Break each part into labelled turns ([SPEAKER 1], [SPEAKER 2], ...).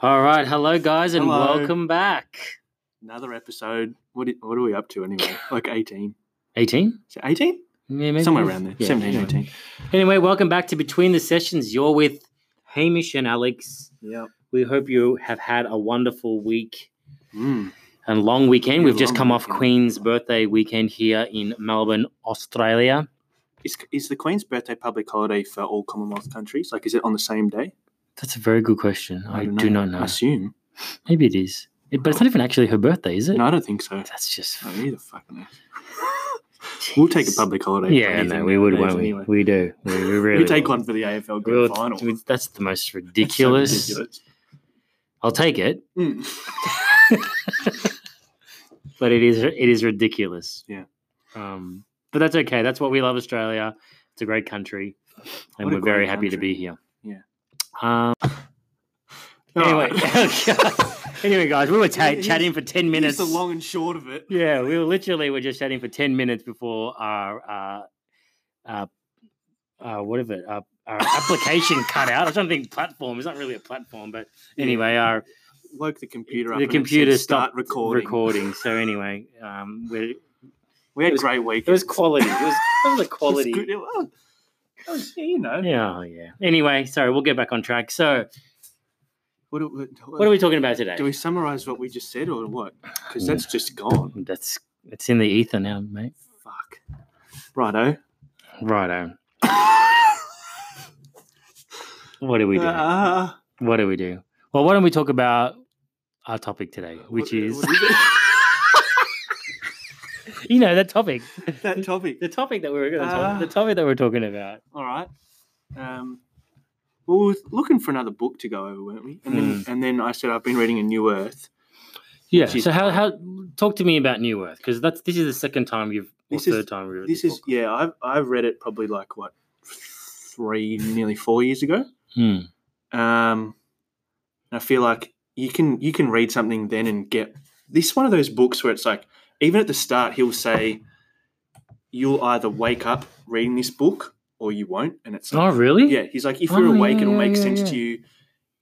[SPEAKER 1] All right, hello guys, and
[SPEAKER 2] Hello.
[SPEAKER 1] welcome back.
[SPEAKER 2] Another episode. What i- what are we up to anyway? Like 18.
[SPEAKER 1] Eighteen,
[SPEAKER 2] Is it 18? Somewhere around there. 17, 18.
[SPEAKER 1] Anyway, welcome back to Between the Sessions. You're with Hamish and Alex.
[SPEAKER 2] Yep.
[SPEAKER 1] We hope you have had a wonderful week
[SPEAKER 2] Mm.
[SPEAKER 1] and long weekend.
[SPEAKER 2] Yeah,
[SPEAKER 1] We've just
[SPEAKER 2] long
[SPEAKER 1] come off
[SPEAKER 2] weekend.
[SPEAKER 1] Queen's birthday weekend here in Melbourne, Australia.
[SPEAKER 2] Is, is the Queen's birthday public holiday for all Commonwealth countries? Like, is it on the same day?
[SPEAKER 1] That's a very good question. I,
[SPEAKER 2] don't
[SPEAKER 1] do not
[SPEAKER 2] I
[SPEAKER 1] know.
[SPEAKER 2] assume.
[SPEAKER 1] Maybe it is, It- but it's not even actually her birthday, is it?
[SPEAKER 2] No, I don't think so. Oh,
[SPEAKER 1] That's just.
[SPEAKER 2] No, neither fucking knows. We'll take a
[SPEAKER 1] Jeez.
[SPEAKER 2] public holiday. for
[SPEAKER 1] Yeah,
[SPEAKER 2] anything
[SPEAKER 1] no, we would,
[SPEAKER 2] nowadays
[SPEAKER 1] won't we?
[SPEAKER 2] anyway.
[SPEAKER 1] We do. We, we really.
[SPEAKER 2] We take
[SPEAKER 1] will.
[SPEAKER 2] one for the AFL
[SPEAKER 1] We
[SPEAKER 2] Grand
[SPEAKER 1] will-
[SPEAKER 2] Final.
[SPEAKER 1] we- that's the most
[SPEAKER 2] That's so
[SPEAKER 1] ridiculous.
[SPEAKER 2] ridiculous.
[SPEAKER 1] I'll take it,
[SPEAKER 2] Mm.
[SPEAKER 1] but it is it is ridiculous.
[SPEAKER 2] Yeah.
[SPEAKER 1] Um, but that's okay. That's what we love, Australia. It's a great country, and
[SPEAKER 2] What a
[SPEAKER 1] we're very
[SPEAKER 2] great
[SPEAKER 1] happy to
[SPEAKER 2] country.
[SPEAKER 1] be here.
[SPEAKER 2] Yeah. Oh.
[SPEAKER 1] Um,
[SPEAKER 2] All
[SPEAKER 1] Hmm. anyway,
[SPEAKER 2] right.
[SPEAKER 1] anyway, guys, we were ta-
[SPEAKER 2] Here's-
[SPEAKER 1] chatting for ten
[SPEAKER 2] Here's
[SPEAKER 1] minutes.
[SPEAKER 2] the long and short of it.
[SPEAKER 1] Yeah, we were literally were just chatting for ten minutes before our uh, uh, uh what is it? Our, our application cut out. I was trying to think platform. It's not really a platform, but anyway, our
[SPEAKER 2] Woke the computer up.
[SPEAKER 1] the
[SPEAKER 2] and it said
[SPEAKER 1] computer
[SPEAKER 2] start
[SPEAKER 1] stopped
[SPEAKER 2] recording.
[SPEAKER 1] recording. So anyway, um, we're,
[SPEAKER 2] We had
[SPEAKER 1] It was-
[SPEAKER 2] great weekends.
[SPEAKER 1] it was quality. It was it was a quality.
[SPEAKER 2] It's good. It was- it was, you know.
[SPEAKER 1] Yeah, oh, yeah. Anyway, sorry, we'll get back on track. So,
[SPEAKER 2] What, do- what,
[SPEAKER 1] what are we talking about today?
[SPEAKER 2] do we summarize what we just said or what?
[SPEAKER 1] Mm.
[SPEAKER 2] Because that's just gone.
[SPEAKER 1] That's it's in the ether now, mate.
[SPEAKER 2] Fuck. Righto.
[SPEAKER 1] Righto. What do we do?
[SPEAKER 2] Uh,
[SPEAKER 1] what do we do? Well, why don't we talk about our topic today, which
[SPEAKER 2] what-
[SPEAKER 1] is
[SPEAKER 2] what
[SPEAKER 1] you know that topic,
[SPEAKER 2] it? that topic.
[SPEAKER 1] the topic that we were going to
[SPEAKER 2] Ah.
[SPEAKER 1] talk, the topic that we're talking about.
[SPEAKER 2] All right. Um, well, we were looking for another book to go over, weren't we? And then,
[SPEAKER 1] Mm.
[SPEAKER 2] and then I said I've been reading A New Earth.
[SPEAKER 1] Yeah.
[SPEAKER 2] She's-
[SPEAKER 1] So how how talk to me about New Earth because that's this is the second time you've or
[SPEAKER 2] This is-
[SPEAKER 1] third time we've read
[SPEAKER 2] This is yeah. I've I've read it probably like what three, nearly four years ago.
[SPEAKER 1] Hmm.
[SPEAKER 2] um, I feel like you can you can read something then and get this is one of those books where it's like even at the start he'll say you'll either wake up reading this book or you won't and it's like,
[SPEAKER 1] Oh really?
[SPEAKER 2] yeah he's like if
[SPEAKER 1] Oh,
[SPEAKER 2] you're
[SPEAKER 1] yeah,
[SPEAKER 2] awake it'll
[SPEAKER 1] yeah,
[SPEAKER 2] make
[SPEAKER 1] yeah,
[SPEAKER 2] sense
[SPEAKER 1] yeah.
[SPEAKER 2] to you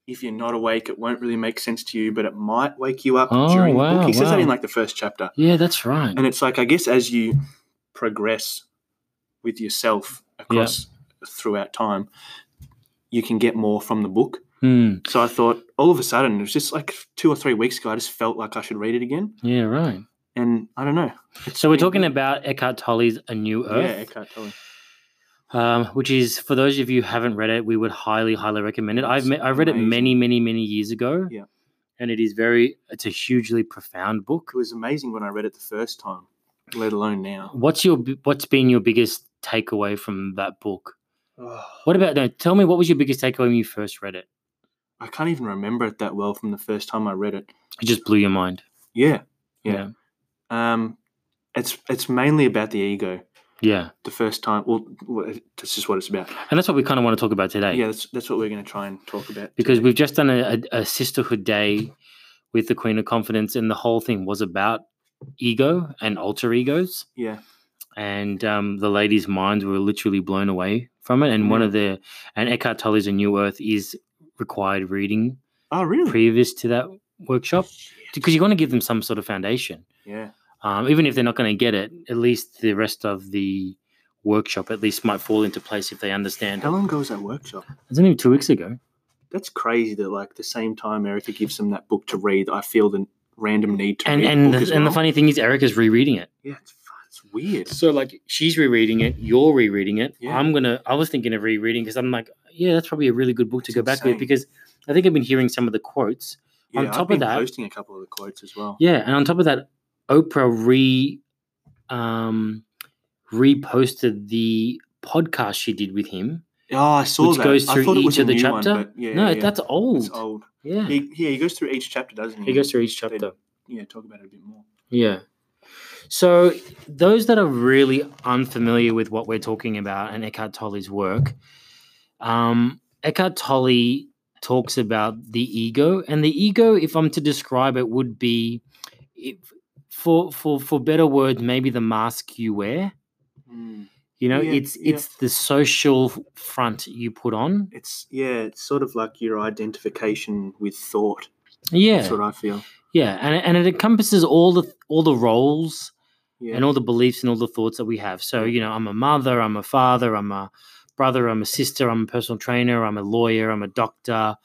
[SPEAKER 2] if you're not awake it won't really make sense to you but it might wake you up
[SPEAKER 1] Oh,
[SPEAKER 2] during the
[SPEAKER 1] wow,
[SPEAKER 2] book he says that
[SPEAKER 1] wow.
[SPEAKER 2] in like the first chapter
[SPEAKER 1] Yeah, that's right.
[SPEAKER 2] and it's like I guess as you progress with yourself across throughout time you can get more from the book
[SPEAKER 1] Hmm.
[SPEAKER 2] so I thought all of a sudden, it was just like two or three weeks ago, I just felt like I should read it again.
[SPEAKER 1] Yeah, right.
[SPEAKER 2] And I don't know.
[SPEAKER 1] So we're talking about Eckhart Tolle's A New
[SPEAKER 2] Yeah,
[SPEAKER 1] Earth,
[SPEAKER 2] Eckhart Tolle.
[SPEAKER 1] um, which is for those of you who haven't read it, we would highly, highly recommend it. I've
[SPEAKER 2] It's
[SPEAKER 1] me- I read it
[SPEAKER 2] amazing.
[SPEAKER 1] many, many, many years ago.
[SPEAKER 2] Yeah.
[SPEAKER 1] and it is very. It's a hugely profound book.
[SPEAKER 2] It was amazing when I read it the first time, let alone now.
[SPEAKER 1] What's your bi- What's been your biggest takeaway from that book?
[SPEAKER 2] Oh,
[SPEAKER 1] What about no? Tell me what was your biggest takeaway when you first read it?
[SPEAKER 2] I can't even remember it that well from the first time I read it.
[SPEAKER 1] It just blew your mind.
[SPEAKER 2] Yeah.
[SPEAKER 1] Yeah,
[SPEAKER 2] Yeah. Um, it's it's mainly about the ego.
[SPEAKER 1] yeah,
[SPEAKER 2] The first time, well, well, it- that's just what it's about.
[SPEAKER 1] and that's what we kind of want to talk about today.
[SPEAKER 2] Yeah, that's that's what we're going to try and talk about.
[SPEAKER 1] because we've just done a, a, a sisterhood day with the Queen of Confidence, and the whole thing was about ego and alter egos.
[SPEAKER 2] yeah,
[SPEAKER 1] And um, the ladies' minds were literally blown away from it. And one
[SPEAKER 2] Mm.
[SPEAKER 1] of the and Eckhart Tolle's A New Earth is required reading
[SPEAKER 2] oh really?
[SPEAKER 1] previous to that workshop
[SPEAKER 2] Shit.
[SPEAKER 1] because you want to give them some sort of foundation,
[SPEAKER 2] yeah,
[SPEAKER 1] um, even if they're not going to get it. At least the rest of the workshop at least might fall into place if they understand.
[SPEAKER 2] how
[SPEAKER 1] It.
[SPEAKER 2] long ago was that workshop?
[SPEAKER 1] It's only two weeks ago.
[SPEAKER 2] That's crazy that like the same time Erica gives them that book to read, I feel the random need to
[SPEAKER 1] And
[SPEAKER 2] read
[SPEAKER 1] and
[SPEAKER 2] the book
[SPEAKER 1] the,
[SPEAKER 2] as
[SPEAKER 1] and the
[SPEAKER 2] well.
[SPEAKER 1] funny thing is, Erica's rereading it.
[SPEAKER 2] yeah, it's, fu- it's weird.
[SPEAKER 1] So like she's rereading it, you're rereading it.
[SPEAKER 2] Yeah.
[SPEAKER 1] I'm gonna. I was thinking of rereading because I'm like, yeah, that's probably a really good book to
[SPEAKER 2] It's
[SPEAKER 1] go back with
[SPEAKER 2] insane.
[SPEAKER 1] because I think I've been hearing some of the quotes.
[SPEAKER 2] Yeah,
[SPEAKER 1] on
[SPEAKER 2] I've
[SPEAKER 1] top of
[SPEAKER 2] been
[SPEAKER 1] that-
[SPEAKER 2] posting a couple of the quotes as well.
[SPEAKER 1] Yeah, and on top of that, Oprah re um reposted the podcast she did with him.
[SPEAKER 2] Oh, I saw
[SPEAKER 1] Which
[SPEAKER 2] that.
[SPEAKER 1] goes
[SPEAKER 2] I
[SPEAKER 1] through
[SPEAKER 2] thought it was
[SPEAKER 1] each
[SPEAKER 2] a
[SPEAKER 1] of the
[SPEAKER 2] new
[SPEAKER 1] chapter?
[SPEAKER 2] One, but yeah,
[SPEAKER 1] no,
[SPEAKER 2] yeah,
[SPEAKER 1] that's old.
[SPEAKER 2] it's old.
[SPEAKER 1] Yeah,
[SPEAKER 2] He, yeah, he goes through each chapter, doesn't he?
[SPEAKER 1] he goes through each chapter.
[SPEAKER 2] Yeah, talk about it a bit more.
[SPEAKER 1] Yeah. So those that are really unfamiliar with what we're talking about and Eckhart Tolle's work, um, Eckhart Tolle talks about the ego, and the ego, if I'm to describe it, would be, if, for for for better word, maybe the mask you wear.
[SPEAKER 2] Mm.
[SPEAKER 1] You You know,
[SPEAKER 2] Yeah,
[SPEAKER 1] it's
[SPEAKER 2] yeah.
[SPEAKER 1] it's the social front you put on.
[SPEAKER 2] It's yeah, it's sort of like your identification with thought.
[SPEAKER 1] Yeah,
[SPEAKER 2] That's what I feel.
[SPEAKER 1] yeah, and and it encompasses all the all the roles
[SPEAKER 2] Yeah.
[SPEAKER 1] and all the beliefs and all the thoughts that we have. So you know, I'm a mother, I'm a father, I'm a brother, I'm a sister, I'm a personal trainer, I'm a lawyer, I'm a doctor.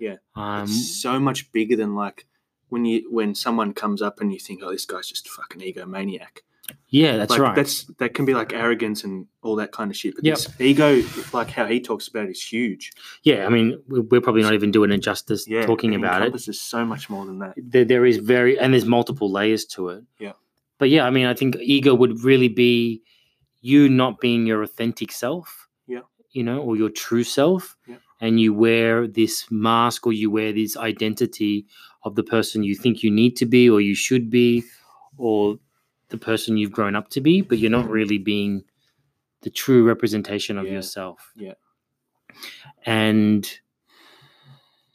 [SPEAKER 2] Yeah.
[SPEAKER 1] um,
[SPEAKER 2] it's so much bigger than like when you when someone comes up and you think, oh, this guy's just a fucking egomaniac.
[SPEAKER 1] yeah, that's
[SPEAKER 2] like,
[SPEAKER 1] right.
[SPEAKER 2] That's that can be like arrogance and all that kind of shit. But
[SPEAKER 1] Yep.
[SPEAKER 2] this ego, like how he talks about, it, is huge.
[SPEAKER 1] yeah, I mean, we- we're probably not even doing it justice
[SPEAKER 2] Yeah,
[SPEAKER 1] talking about it.
[SPEAKER 2] encompasses so much more than that.
[SPEAKER 1] there, there is very and there's multiple layers to it
[SPEAKER 2] Yeah.
[SPEAKER 1] but yeah i mean i think ego would really be you not being your authentic self
[SPEAKER 2] Yeah.
[SPEAKER 1] you know or your true self
[SPEAKER 2] Yeah.
[SPEAKER 1] and you wear this mask or you wear this identity of the person you think you need to be or you should be or the person you've grown up to be but you're not really being the true representation of
[SPEAKER 2] Yeah.
[SPEAKER 1] yourself
[SPEAKER 2] Yeah.
[SPEAKER 1] and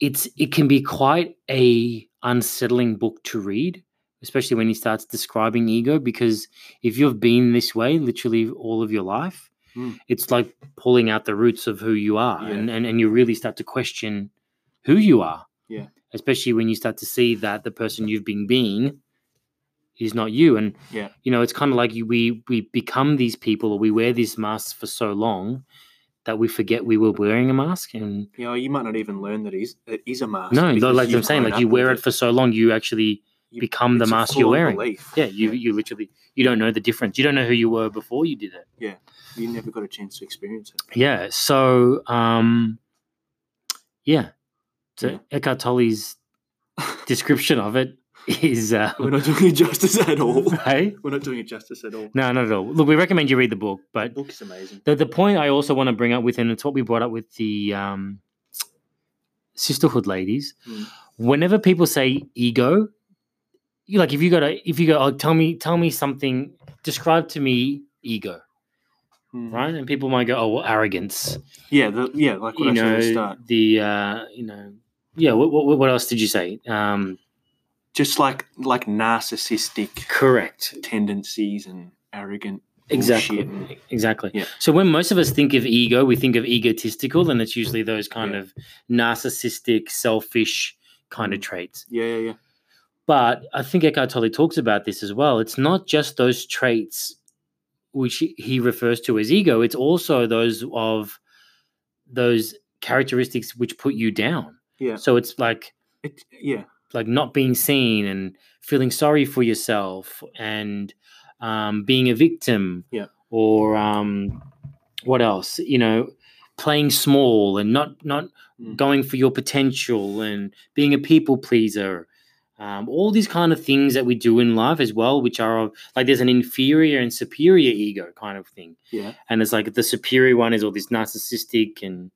[SPEAKER 1] it's it can be quite a unsettling book to read especially when he starts describing ego because if you've been this way literally all of your life
[SPEAKER 2] Mm.
[SPEAKER 1] it's like pulling out the roots of who you are
[SPEAKER 2] Yeah.
[SPEAKER 1] and, and and you really start to question who you are
[SPEAKER 2] Yeah.
[SPEAKER 1] especially when you start to see that the person you've been being is not you and
[SPEAKER 2] Yeah.
[SPEAKER 1] you know it's kind of like you, we we become these people or we wear these masks for so long that we forget we were wearing a mask and
[SPEAKER 2] You know, you might not even learn that he's that is a mask.
[SPEAKER 1] no,
[SPEAKER 2] because
[SPEAKER 1] like I'm
[SPEAKER 2] you've
[SPEAKER 1] saying,
[SPEAKER 2] grown
[SPEAKER 1] like you
[SPEAKER 2] up with
[SPEAKER 1] wear it for so long, you actually
[SPEAKER 2] You-
[SPEAKER 1] become the
[SPEAKER 2] It's a
[SPEAKER 1] mask you're
[SPEAKER 2] full-on
[SPEAKER 1] wearing.
[SPEAKER 2] belief.
[SPEAKER 1] Yeah, you you literally you don't know the difference. You don't know who you were before you did it.
[SPEAKER 2] You never got a chance to experience it.
[SPEAKER 1] Yeah. So, um, yeah. So
[SPEAKER 2] Yeah.
[SPEAKER 1] Eckhart Tolle's description of it is, uh,
[SPEAKER 2] We're not doing it justice at all.
[SPEAKER 1] hey,
[SPEAKER 2] We're not doing it justice at all.
[SPEAKER 1] no, not at all. Look, we recommend you read the book,
[SPEAKER 2] The
[SPEAKER 1] but
[SPEAKER 2] book is amazing.
[SPEAKER 1] the the point I also want to bring up with, and it's what we brought up with the um, sisterhood ladies.
[SPEAKER 2] Mm.
[SPEAKER 1] Whenever people say ego, you like if you go to if you go, oh, tell me, tell me something, describe to me ego,
[SPEAKER 2] Mm.
[SPEAKER 1] right? And people might go, oh, well, arrogance,
[SPEAKER 2] Yeah, the, yeah, like what
[SPEAKER 1] you
[SPEAKER 2] I said at the
[SPEAKER 1] know,
[SPEAKER 2] start.
[SPEAKER 1] the uh, you know, yeah. What, what what else did you say? Um,
[SPEAKER 2] Just like like narcissistic
[SPEAKER 1] correct,
[SPEAKER 2] tendencies and arrogant.
[SPEAKER 1] exactly,
[SPEAKER 2] bullshit and-
[SPEAKER 1] exactly.
[SPEAKER 2] Yeah.
[SPEAKER 1] So when most of us think of ego, we think of egotistical, and it's usually those kind
[SPEAKER 2] Yeah.
[SPEAKER 1] of narcissistic, selfish kind of traits.
[SPEAKER 2] Yeah, yeah, yeah.
[SPEAKER 1] But I think Eckhart Tolle talks about this as well. It's not just those traits which he- he refers to as ego, it's also those of those characteristics which put you down.
[SPEAKER 2] Yeah.
[SPEAKER 1] So it's like
[SPEAKER 2] It, yeah,
[SPEAKER 1] like not being seen and feeling sorry for yourself and um, being a victim
[SPEAKER 2] Yeah.
[SPEAKER 1] or um, what else you know playing small and not not
[SPEAKER 2] Mm.
[SPEAKER 1] going for your potential and being a people pleaser um, all these kind of things that we do in life as well which are of- like there's an inferior and superior ego kind of thing
[SPEAKER 2] yeah,
[SPEAKER 1] and it's like the superior one is all this narcissistic and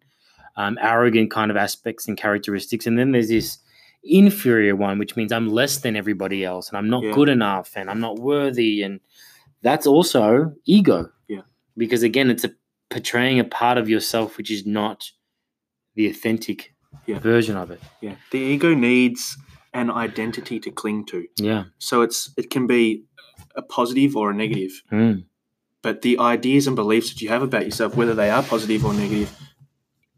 [SPEAKER 1] um, arrogant kind of aspects and characteristics and then there's this inferior one which means i'm less than everybody else and i'm not
[SPEAKER 2] Yeah.
[SPEAKER 1] good enough and i'm not worthy and that's also ego
[SPEAKER 2] Yeah.
[SPEAKER 1] because again it's a portraying a part of yourself which is not the authentic
[SPEAKER 2] Yeah.
[SPEAKER 1] version of it
[SPEAKER 2] yeah. The ego needs an identity to cling to.
[SPEAKER 1] yeah
[SPEAKER 2] So it's it can be a positive or a negative,
[SPEAKER 1] Mm.
[SPEAKER 2] but the ideas and beliefs that you have about yourself, whether they are positive or negative,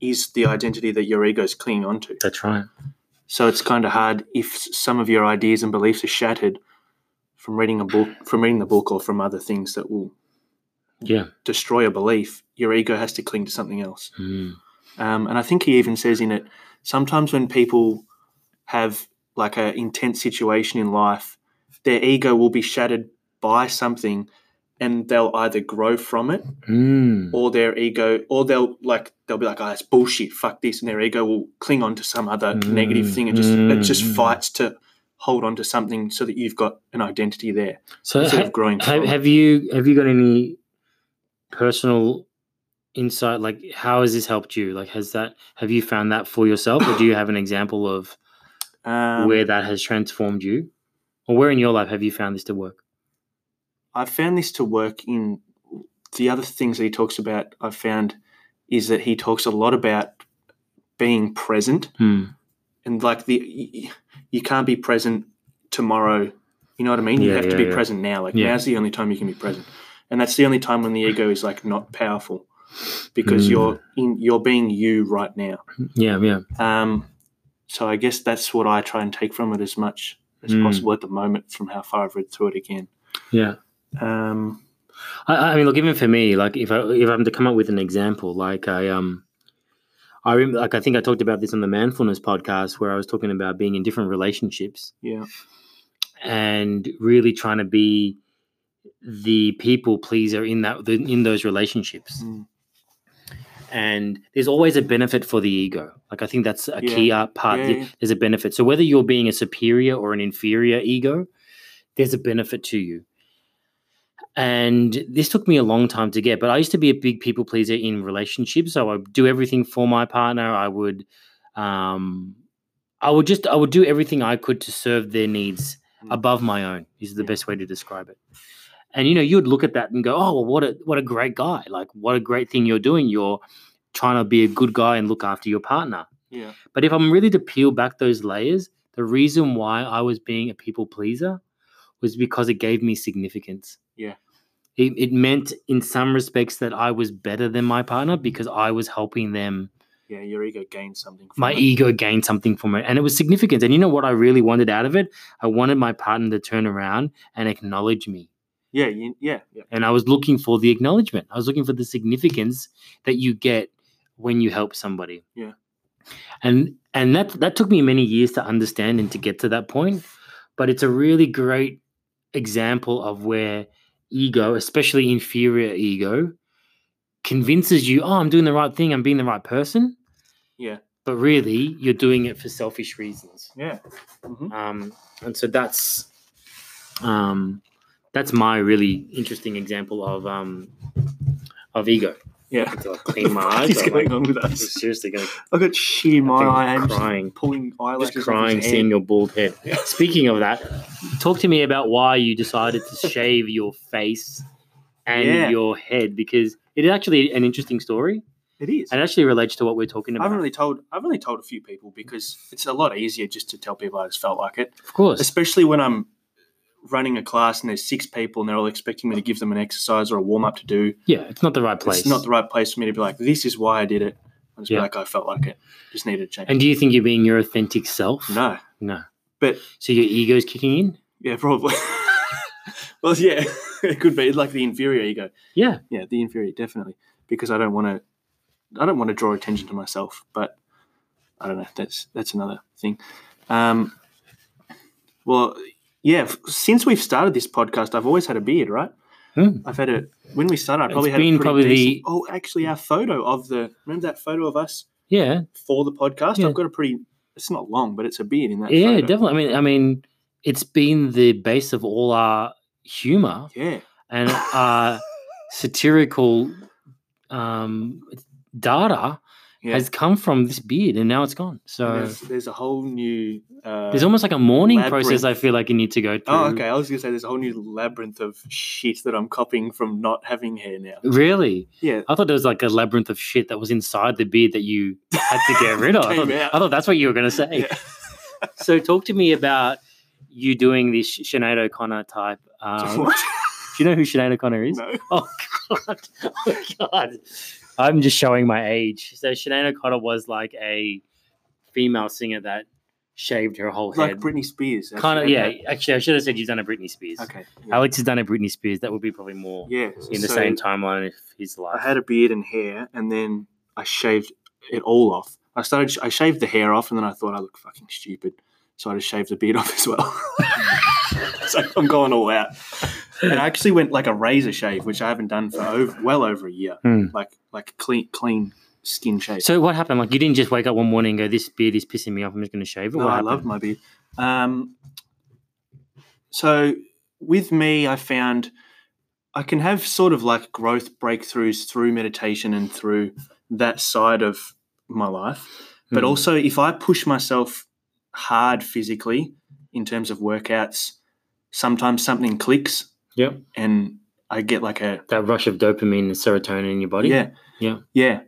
[SPEAKER 2] is the identity that your ego's clinging onto.
[SPEAKER 1] that's right
[SPEAKER 2] So it's kind of hard if s- some of your ideas and beliefs are shattered from reading a book, from reading the book, or from other things that will
[SPEAKER 1] yeah
[SPEAKER 2] destroy a belief. Your ego has to cling to something else.
[SPEAKER 1] Mm.
[SPEAKER 2] Um, and I think he even says in it, sometimes when people have like an intense situation in life, their ego will be shattered by something, and they'll either grow from it
[SPEAKER 1] Mm.
[SPEAKER 2] or their ego, or they'll like they'll be like, "Oh, that's bullshit. Fuck this," and their ego will cling on to some other
[SPEAKER 1] Mm,
[SPEAKER 2] negative thing and just it just
[SPEAKER 1] mm.
[SPEAKER 2] fights to hold on to something so that you've got an identity there
[SPEAKER 1] so
[SPEAKER 2] instead
[SPEAKER 1] ha-
[SPEAKER 2] of growing.
[SPEAKER 1] have,
[SPEAKER 2] From it.
[SPEAKER 1] have you have you got any personal insight like how has this helped you like has that have you found that for yourself or do you have an example of
[SPEAKER 2] Um,
[SPEAKER 1] where that has transformed you or where in your life have you found this to work
[SPEAKER 2] I found this to work in the other things that he talks about. I've found is that he talks a lot about being present
[SPEAKER 1] Hmm.
[SPEAKER 2] and like the y- y- you can't be present tomorrow. You know what I mean? you
[SPEAKER 1] Yeah,
[SPEAKER 2] have
[SPEAKER 1] yeah,
[SPEAKER 2] to be
[SPEAKER 1] yeah.
[SPEAKER 2] present now. Like
[SPEAKER 1] Yeah.
[SPEAKER 2] now's the only time you can be present. and that's the only time when the ego is like not powerful because
[SPEAKER 1] Mm.
[SPEAKER 2] you're in you're being you right now
[SPEAKER 1] Yeah, yeah.
[SPEAKER 2] um so i guess that's what i try and take from it as much as
[SPEAKER 1] Mm.
[SPEAKER 2] possible at the moment from how far i've read through it again
[SPEAKER 1] Yeah.
[SPEAKER 2] um
[SPEAKER 1] I, I mean, look, even for me, like if I if I'm to come up with an example, like I um, I rem- like I think I talked about this on the mindfulness podcast where I was talking about being in different relationships
[SPEAKER 2] yeah
[SPEAKER 1] and really trying to be the people pleaser in that the, in those relationships.
[SPEAKER 2] Mm.
[SPEAKER 1] And there's always a benefit for the ego. Like I think that's a
[SPEAKER 2] Yeah.
[SPEAKER 1] key uh, part.
[SPEAKER 2] Yeah,
[SPEAKER 1] There-
[SPEAKER 2] yeah.
[SPEAKER 1] There's a benefit. So whether you're being a superior or an inferior ego, there's a benefit to you. And this took me a long time to get, but I used to be a big people pleaser in relationships. So I would do everything for my partner. I would, um, I would just, I would do everything I could to serve their needs
[SPEAKER 2] Mm.
[SPEAKER 1] above my own. Is the
[SPEAKER 2] Yeah.
[SPEAKER 1] best way to describe it. And you know, you would look at that and go, "Oh, well, what a what a great guy! Like, what a great thing you're doing. You're trying to be a good guy and look after your partner."
[SPEAKER 2] yeah
[SPEAKER 1] But if I'm really to peel back those layers, the reason why I was being a people pleaser was because it gave me significance.
[SPEAKER 2] Yeah.
[SPEAKER 1] It, it meant, in some respects, that I was better than my partner because I was helping them.
[SPEAKER 2] yeah your ego gains something from
[SPEAKER 1] My e-
[SPEAKER 2] it.
[SPEAKER 1] ego gained something from it. And it was significant. And you know what I really wanted out of it? I wanted my partner to turn around and acknowledge me.
[SPEAKER 2] yeah you, yeah yeah
[SPEAKER 1] And I was looking for the acknowledgement. I was looking for the significance that you get when you help somebody.
[SPEAKER 2] Yeah.
[SPEAKER 1] And and that that took me many years to understand and to get to that point. But it's a really great example of where ego, especially inferior ego, convinces you, oh, I'm doing the right thing, I'm being the right person.
[SPEAKER 2] Yeah.
[SPEAKER 1] But really, you're doing it for selfish reasons.
[SPEAKER 2] yeah Mhm.
[SPEAKER 1] Um, and so that's um, that's my really interesting example of um, of ego.
[SPEAKER 2] yeah
[SPEAKER 1] It's like clean my
[SPEAKER 2] What
[SPEAKER 1] eyes.
[SPEAKER 2] is
[SPEAKER 1] I'm
[SPEAKER 2] going
[SPEAKER 1] like,
[SPEAKER 2] on with
[SPEAKER 1] I'm
[SPEAKER 2] us?
[SPEAKER 1] seriously going
[SPEAKER 2] I got shit in my eye. I'm just
[SPEAKER 1] crying.
[SPEAKER 2] pulling eyelashes.
[SPEAKER 1] Just crying seeing your bald head. Speaking of that, talk to me about why you decided to shave your face and
[SPEAKER 2] Yeah.
[SPEAKER 1] your head because it is actually an interesting story
[SPEAKER 2] It is.
[SPEAKER 1] and actually relates to what we're talking
[SPEAKER 2] I
[SPEAKER 1] about.
[SPEAKER 2] haven't really told. I've only told a few people because it's a lot easier just to tell people I just felt like it,
[SPEAKER 1] of course.
[SPEAKER 2] especially when I'm running a class and there's six people and they're all expecting me to give them an exercise or a warm up to do.
[SPEAKER 1] Yeah, it's not the right place.
[SPEAKER 2] It's not the right place for me to be like, this is why I did it. I just
[SPEAKER 1] Yeah.
[SPEAKER 2] be like, I felt like it. Just needed to change.
[SPEAKER 1] and do you think you're being your authentic self?
[SPEAKER 2] no,
[SPEAKER 1] No.
[SPEAKER 2] But-
[SPEAKER 1] so your ego's kicking in?
[SPEAKER 2] yeah, probably. well, yeah, it could be like the inferior ego.
[SPEAKER 1] Yeah.
[SPEAKER 2] yeah, the inferior definitely because I don't want to I don't want to draw attention to myself, but I don't know. That's that's another thing. Um, well, yeah. f- Since we've started this podcast, I've always had a beard, right?
[SPEAKER 1] Hmm.
[SPEAKER 2] I've had a when we started. I probably had
[SPEAKER 1] been
[SPEAKER 2] a pretty
[SPEAKER 1] probably
[SPEAKER 2] decent-
[SPEAKER 1] the-
[SPEAKER 2] oh, actually, our photo of the remember that photo of us
[SPEAKER 1] Yeah,
[SPEAKER 2] for the podcast.
[SPEAKER 1] Yeah.
[SPEAKER 2] I've got a pretty. It's not long, but it's a beard in that.
[SPEAKER 1] yeah,
[SPEAKER 2] photo.
[SPEAKER 1] definitely. I mean, I mean, it's been the base of all our humor
[SPEAKER 2] Yeah,
[SPEAKER 1] and our satirical um, data
[SPEAKER 2] yeah.
[SPEAKER 1] has come from this beard, and now it's gone.
[SPEAKER 2] And
[SPEAKER 1] So
[SPEAKER 2] there's, there's a whole new. Uh,
[SPEAKER 1] there's almost like a mourning process.
[SPEAKER 2] labyrinth.
[SPEAKER 1] I feel like you need to go through.
[SPEAKER 2] Oh, okay. I was gonna say there's a whole new labyrinth of shit that I'm copying from not having hair now.
[SPEAKER 1] Really?
[SPEAKER 2] Yeah.
[SPEAKER 1] I thought there was like a labyrinth of shit that was inside the beard that you had to get rid of. I
[SPEAKER 2] Came
[SPEAKER 1] thought,
[SPEAKER 2] out.
[SPEAKER 1] I thought that's what you were going to say.
[SPEAKER 2] Yeah.
[SPEAKER 1] so talk to me about you doing this Sinead O'Connor type. Um,
[SPEAKER 2] What?
[SPEAKER 1] do you know who Sinead O'Connor is?
[SPEAKER 2] no.
[SPEAKER 1] Oh god. Oh god. I'm just showing my age. So Sinead O'Connor was like a female singer that shaved her whole
[SPEAKER 2] Like
[SPEAKER 1] head.
[SPEAKER 2] Britney Spears. actually.
[SPEAKER 1] kind of yeah.
[SPEAKER 2] Okay.
[SPEAKER 1] Actually I should have said you've done a Britney Spears.
[SPEAKER 2] Okay. Yeah.
[SPEAKER 1] Alex has done a Britney Spears. That would be probably more
[SPEAKER 2] Yeah,
[SPEAKER 1] in the
[SPEAKER 2] so
[SPEAKER 1] same timeline of his life.
[SPEAKER 2] I had a beard and hair, and then I shaved it all off. I started. I shaved the hair off, and then I thought I look fucking stupid, so I just shaved the beard off as well. so I'm going all out. And I actually went like a razor shave, which I haven't done for over, well over a year.
[SPEAKER 1] Hmm.
[SPEAKER 2] Like like clean clean skin shave.
[SPEAKER 1] so what happened? Like you didn't just wake up one morning and go, This beard is pissing me off, I'm just gonna shave it.
[SPEAKER 2] No,
[SPEAKER 1] what
[SPEAKER 2] I
[SPEAKER 1] happened?
[SPEAKER 2] love my beard. Um, so with me, I found I can have sort of like growth breakthroughs through meditation and through that side of my life. But
[SPEAKER 1] Hmm.
[SPEAKER 2] also, if I push myself hard physically in terms of workouts, sometimes something clicks.
[SPEAKER 1] Yep.
[SPEAKER 2] And I get like a
[SPEAKER 1] that rush of dopamine and serotonin in your body
[SPEAKER 2] yeah,
[SPEAKER 1] Yeah.
[SPEAKER 2] yeah.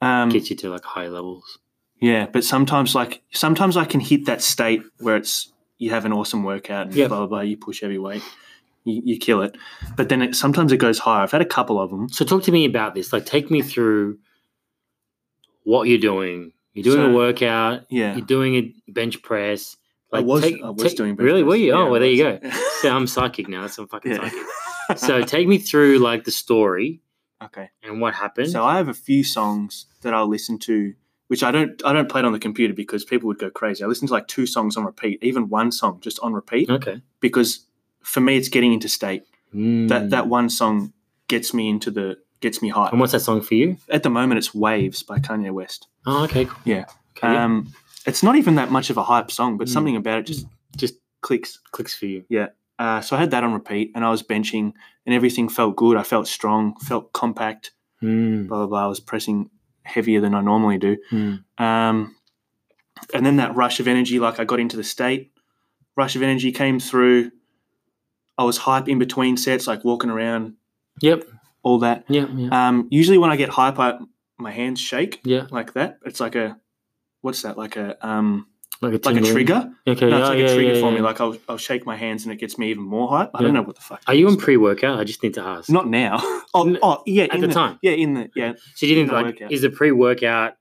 [SPEAKER 2] Um,
[SPEAKER 1] gets you to like high levels.
[SPEAKER 2] Yeah, but sometimes like sometimes I can hit that state where it's you have an awesome workout and
[SPEAKER 1] Yep.
[SPEAKER 2] blah blah blah, you push every weight. you, you kill it. But then it, sometimes it goes higher. I've had a couple of them.
[SPEAKER 1] So talk to me about this. Like, take me through what you're doing. You're doing
[SPEAKER 2] So-
[SPEAKER 1] a workout.
[SPEAKER 2] Yeah.
[SPEAKER 1] You're doing a bench press.
[SPEAKER 2] I
[SPEAKER 1] Like,
[SPEAKER 2] was,
[SPEAKER 1] take-
[SPEAKER 2] I was
[SPEAKER 1] take-
[SPEAKER 2] doing
[SPEAKER 1] Really? Were you?
[SPEAKER 2] Yeah,
[SPEAKER 1] oh, well, there you
[SPEAKER 2] I
[SPEAKER 1] go.
[SPEAKER 2] was.
[SPEAKER 1] So I'm psychic now. That's I'm fucking
[SPEAKER 2] Yeah.
[SPEAKER 1] psychic. So take me through like the story
[SPEAKER 2] okay.
[SPEAKER 1] and what happened.
[SPEAKER 2] So I have a few songs that I'll listen to, which I don't I don't play it on the computer because people would go crazy. I listen to like two songs on repeat, even one song just on repeat,
[SPEAKER 1] okay.
[SPEAKER 2] because for me it's getting into state. That
[SPEAKER 1] Mm.
[SPEAKER 2] that one song gets me into the gets me high.
[SPEAKER 1] And what's that song for you?
[SPEAKER 2] At the moment, it's Waves by Kanye West.
[SPEAKER 1] Oh, okay. Cool.
[SPEAKER 2] Yeah.
[SPEAKER 1] Okay. yeah.
[SPEAKER 2] Um, it's not even that much of a hype song, but
[SPEAKER 1] Mm.
[SPEAKER 2] something about it just
[SPEAKER 1] Just
[SPEAKER 2] clicks.
[SPEAKER 1] clicks for you.
[SPEAKER 2] Uh, so I had that on repeat, and I was benching, and everything felt good. I felt strong, felt compact.
[SPEAKER 1] Mm.
[SPEAKER 2] Blah blah blah. I was pressing heavier than I normally do.
[SPEAKER 1] Mm.
[SPEAKER 2] Um, and then that rush of energy, like I got into the state, rush of energy came through. I was hype in between sets, like walking around,
[SPEAKER 1] Yep.
[SPEAKER 2] all that.
[SPEAKER 1] Yeah. Yeah.
[SPEAKER 2] Um, usually when I get hype, I, my hands shake
[SPEAKER 1] yeah.
[SPEAKER 2] like that. It's like a, what's that? Like a, um,
[SPEAKER 1] Like a,
[SPEAKER 2] like a
[SPEAKER 1] tingling.
[SPEAKER 2] trigger.
[SPEAKER 1] Okay.
[SPEAKER 2] No,
[SPEAKER 1] yeah,
[SPEAKER 2] it's like
[SPEAKER 1] yeah,
[SPEAKER 2] a trigger
[SPEAKER 1] yeah,
[SPEAKER 2] for me.
[SPEAKER 1] yeah.
[SPEAKER 2] Like I'll, I'll shake my hands and it gets me even more hype. I
[SPEAKER 1] Yeah.
[SPEAKER 2] don't know what the fuck.
[SPEAKER 1] Are you
[SPEAKER 2] it
[SPEAKER 1] in
[SPEAKER 2] is.
[SPEAKER 1] pre-workout? I just need to ask.
[SPEAKER 2] Not now. Oh,
[SPEAKER 1] N-
[SPEAKER 2] oh yeah.
[SPEAKER 1] at
[SPEAKER 2] in
[SPEAKER 1] the time.
[SPEAKER 2] Yeah, in the yeah.
[SPEAKER 1] So do you think
[SPEAKER 2] in the
[SPEAKER 1] like
[SPEAKER 2] workout.
[SPEAKER 1] is the pre-workout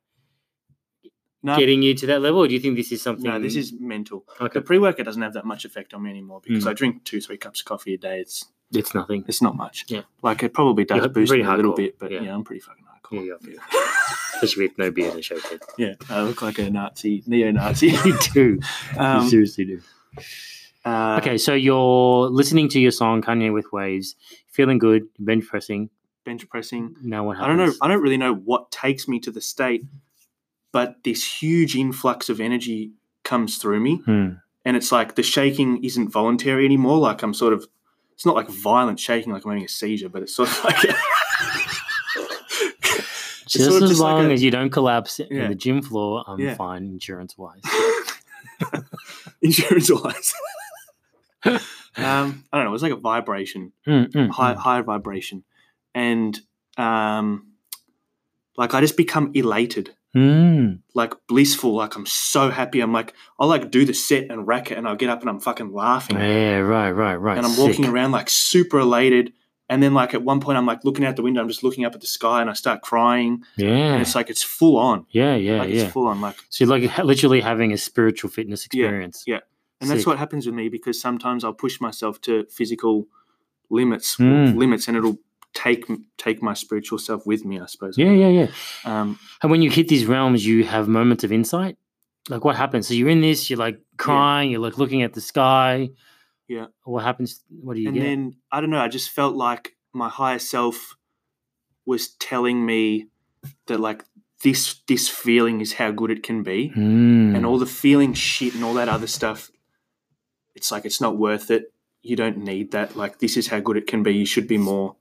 [SPEAKER 2] No,
[SPEAKER 1] getting you to that level, or do you think this is something?
[SPEAKER 2] no, this is mental.
[SPEAKER 1] Mm-hmm. okay. Mm.
[SPEAKER 2] The pre-workout doesn't have that much effect on me anymore because I drink two, three cups of coffee a day. It's
[SPEAKER 1] It's nothing.
[SPEAKER 2] it's not much.
[SPEAKER 1] Yeah.
[SPEAKER 2] Like it probably does
[SPEAKER 1] You're
[SPEAKER 2] boost me
[SPEAKER 1] pretty
[SPEAKER 2] a little
[SPEAKER 1] hardcore,
[SPEAKER 2] bit, but
[SPEAKER 1] yeah.
[SPEAKER 2] yeah, I'm pretty fucking
[SPEAKER 1] Yeah,
[SPEAKER 2] hardcore.
[SPEAKER 1] yeah, yeah. Especially with no beard and show kid.
[SPEAKER 2] Yeah, I look like a Nazi, neo-Nazi.
[SPEAKER 1] Mm. You do. you
[SPEAKER 2] um,
[SPEAKER 1] seriously do.
[SPEAKER 2] uh,
[SPEAKER 1] Okay, so you're listening to your song Kanye with Waves, feeling good, bench pressing.
[SPEAKER 2] Bench pressing.
[SPEAKER 1] Now what
[SPEAKER 2] I don't
[SPEAKER 1] happens?
[SPEAKER 2] know. I don't really know what takes me to the state, but this huge influx of energy comes through me,
[SPEAKER 1] Hmm.
[SPEAKER 2] and it's like the shaking isn't voluntary anymore. Like I'm sort of, it's not like violent shaking, like I'm having a seizure, but it's sort of like.
[SPEAKER 1] Just
[SPEAKER 2] sort of
[SPEAKER 1] as
[SPEAKER 2] just like
[SPEAKER 1] long
[SPEAKER 2] a-
[SPEAKER 1] as you don't collapse in
[SPEAKER 2] Yeah.
[SPEAKER 1] the gym floor, I'm
[SPEAKER 2] Yeah.
[SPEAKER 1] fine insurance wise.
[SPEAKER 2] insurance wise. um, I don't know. It was like a vibration,
[SPEAKER 1] Hmm,
[SPEAKER 2] high high vibration, and um, like I just become elated,
[SPEAKER 1] Hmm.
[SPEAKER 2] like blissful, like I'm so happy. I'm like I will like do the set and rack it, and I'll get up and I'm fucking laughing,
[SPEAKER 1] Yeah, right, right, right.
[SPEAKER 2] and I'm
[SPEAKER 1] Sick.
[SPEAKER 2] walking around like super elated. And then like at one point, I'm like looking out the window. I'm just looking up at the sky, and I start crying. And
[SPEAKER 1] Yeah,
[SPEAKER 2] it's like it's full on,
[SPEAKER 1] yeah, yeah,
[SPEAKER 2] like
[SPEAKER 1] yeah.
[SPEAKER 2] it's full on, like.
[SPEAKER 1] So you're like ha- literally having a spiritual fitness experience.
[SPEAKER 2] yeah. and that's
[SPEAKER 1] Sick.
[SPEAKER 2] what happens with me because sometimes I'll push myself to physical limits,
[SPEAKER 1] Mm.
[SPEAKER 2] limits, and it'll take take my spiritual self with me. I suppose.
[SPEAKER 1] yeah, yeah, yeah.
[SPEAKER 2] Um,
[SPEAKER 1] And when you hit these realms, you have moments of insight. Like what happens? So you're in this, you're like crying, you're like looking at the sky.
[SPEAKER 2] Yeah.
[SPEAKER 1] What happens? What do you
[SPEAKER 2] and
[SPEAKER 1] get?
[SPEAKER 2] then I don't know. I just felt like my higher self was telling me that like this this feeling is how good it can be,
[SPEAKER 1] Mm.
[SPEAKER 2] and all the feeling shit and all that other stuff. It's like it's not worth it. You don't need that. Like this is how good it can be. You should be more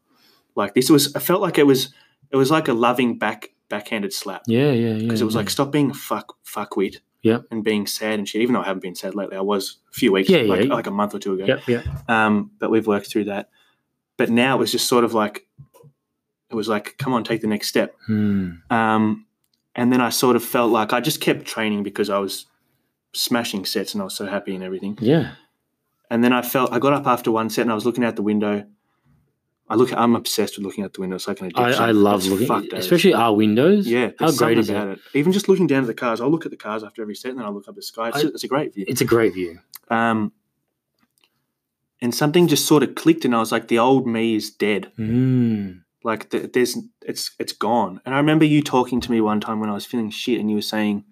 [SPEAKER 2] like this. Was I felt like it was it was like a loving back backhanded slap.
[SPEAKER 1] yeah, yeah, yeah.
[SPEAKER 2] because it was
[SPEAKER 1] yeah.
[SPEAKER 2] like stop being a fuck fuckwit.
[SPEAKER 1] Hmm. Yeah.
[SPEAKER 2] And being sad and shit. Even though I haven't been sad lately, I was a few weeks,
[SPEAKER 1] Yeah, yeah,
[SPEAKER 2] like,
[SPEAKER 1] yeah.
[SPEAKER 2] like a month or two ago.
[SPEAKER 1] Yep, yep.
[SPEAKER 2] Um, but we've worked through that. But now it was just sort of like it was like, come on, take the next step.
[SPEAKER 1] Mm.
[SPEAKER 2] Um, and then I sort of felt like I just kept training because I was smashing sets and I was so happy and everything.
[SPEAKER 1] Yeah.
[SPEAKER 2] And then I felt I got up after one set and I was looking out the window. I look, I'm obsessed with looking out the window. It's like an
[SPEAKER 1] I,
[SPEAKER 2] addiction.
[SPEAKER 1] I love
[SPEAKER 2] It's
[SPEAKER 1] looking,
[SPEAKER 2] fucked, eh?
[SPEAKER 1] especially our windows.
[SPEAKER 2] Yeah,
[SPEAKER 1] How
[SPEAKER 2] there's
[SPEAKER 1] great
[SPEAKER 2] something
[SPEAKER 1] is it?
[SPEAKER 2] about it? Even just looking down at the cars, I'll look at the cars after every set, and then I'll look up at the sky. It's,
[SPEAKER 1] I-
[SPEAKER 2] it's a great view.
[SPEAKER 1] It's a great view.
[SPEAKER 2] Um, and something just sort of clicked, and I was like, the old me is dead.
[SPEAKER 1] Mm.
[SPEAKER 2] Like th- there's, it's it's gone. And I remember you talking to me one time when I was feeling shit, and you were saying